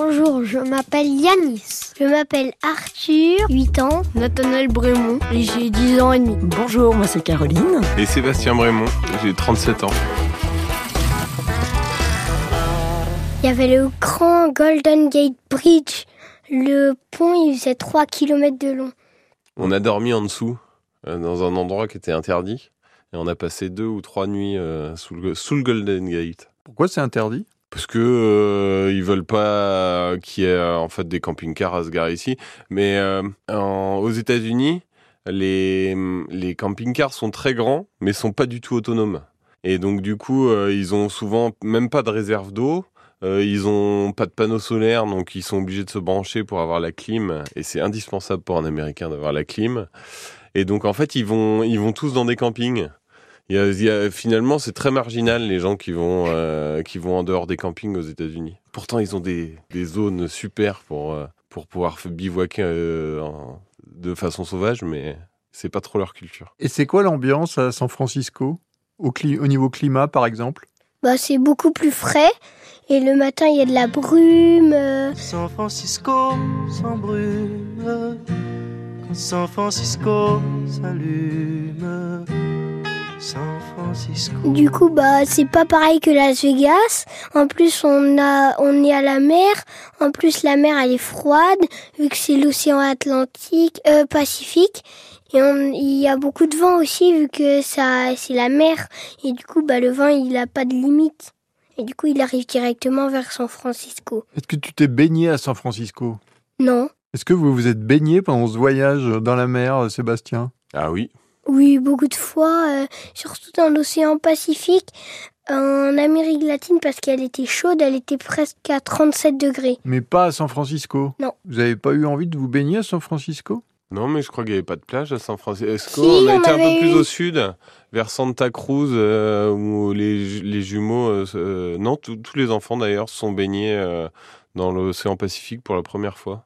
Bonjour, je m'appelle Yanis. Je m'appelle Arthur, 8 ans. Nathanaël Brémont, et j'ai 10 ans et demi. Bonjour, moi c'est Caroline. Et Sébastien Brémont, j'ai 37 ans. Il y avait le grand Golden Gate Bridge. Le pont, il faisait 3 km de long. On a dormi en dessous, euh, dans un endroit qui était interdit. Et on a passé deux ou trois nuits euh, sous, le, sous le Golden Gate. Pourquoi c'est interdit Parce que euh, ils veulent pas qu'il y ait euh, en fait des camping-cars à se garer ici. Mais euh, en- aux États-Unis, les, les camping-cars sont très grands, mais sont pas du tout autonomes. Et donc du coup, euh, ils ont souvent même pas de réserve d'eau. euh, ils ont pas de panneaux solaires, donc ils sont obligés de se brancher pour avoir la clim. Et c'est indispensable pour un Américain d'avoir la clim. Et donc en fait, ils vont ils vont tous dans des campings. Il y a- il y a- finalement, c'est très marginal les gens qui vont, euh, qui vont en dehors des campings aux États-Unis. Pourtant, ils ont des, des zones super pour, euh, pour pouvoir bivouaquer euh, en- de façon sauvage, mais c'est pas trop leur culture. Et c'est quoi l'ambiance à San Francisco au, cli- au niveau climat, par exemple Bah, c'est beaucoup plus frais. Et le matin, il y a de la brume. euh, San Francisco s'embrume quand San Francisco s'allume. San Francisco. Du coup, bah, c'est pas pareil que Las Vegas. En plus, on a, on est à la mer. En plus, la mer, elle est froide, vu que c'est l'océan Atlantique, euh, Pacifique. Et on, il y a beaucoup de vent aussi, vu que ça, c'est la mer. Et du coup, bah, le vent, il a pas de limite. Et du coup, il arrive directement vers San Francisco. Est-ce que tu t'es baigné à San Francisco Non. Est-ce que vous vous êtes baigné pendant ce voyage dans la mer, euh, Sébastien Ah oui Oui, beaucoup de fois, euh, surtout dans l'océan Pacifique, en Amérique latine, parce qu'elle était chaude, elle était presque à 37 degrés. Mais pas à San Francisco Non. Vous n'avez pas eu envie de vous baigner à San Francisco Non, mais je crois qu'il n'y avait pas de plage à San Francisco. Si, on on était un avait peu plus eu- au sud, vers Santa Cruz, euh, où les, ju- les jumeaux, euh, se- euh, non, tous tous les enfants d'ailleurs, se sont baignés euh, dans l'océan Pacifique pour la première fois.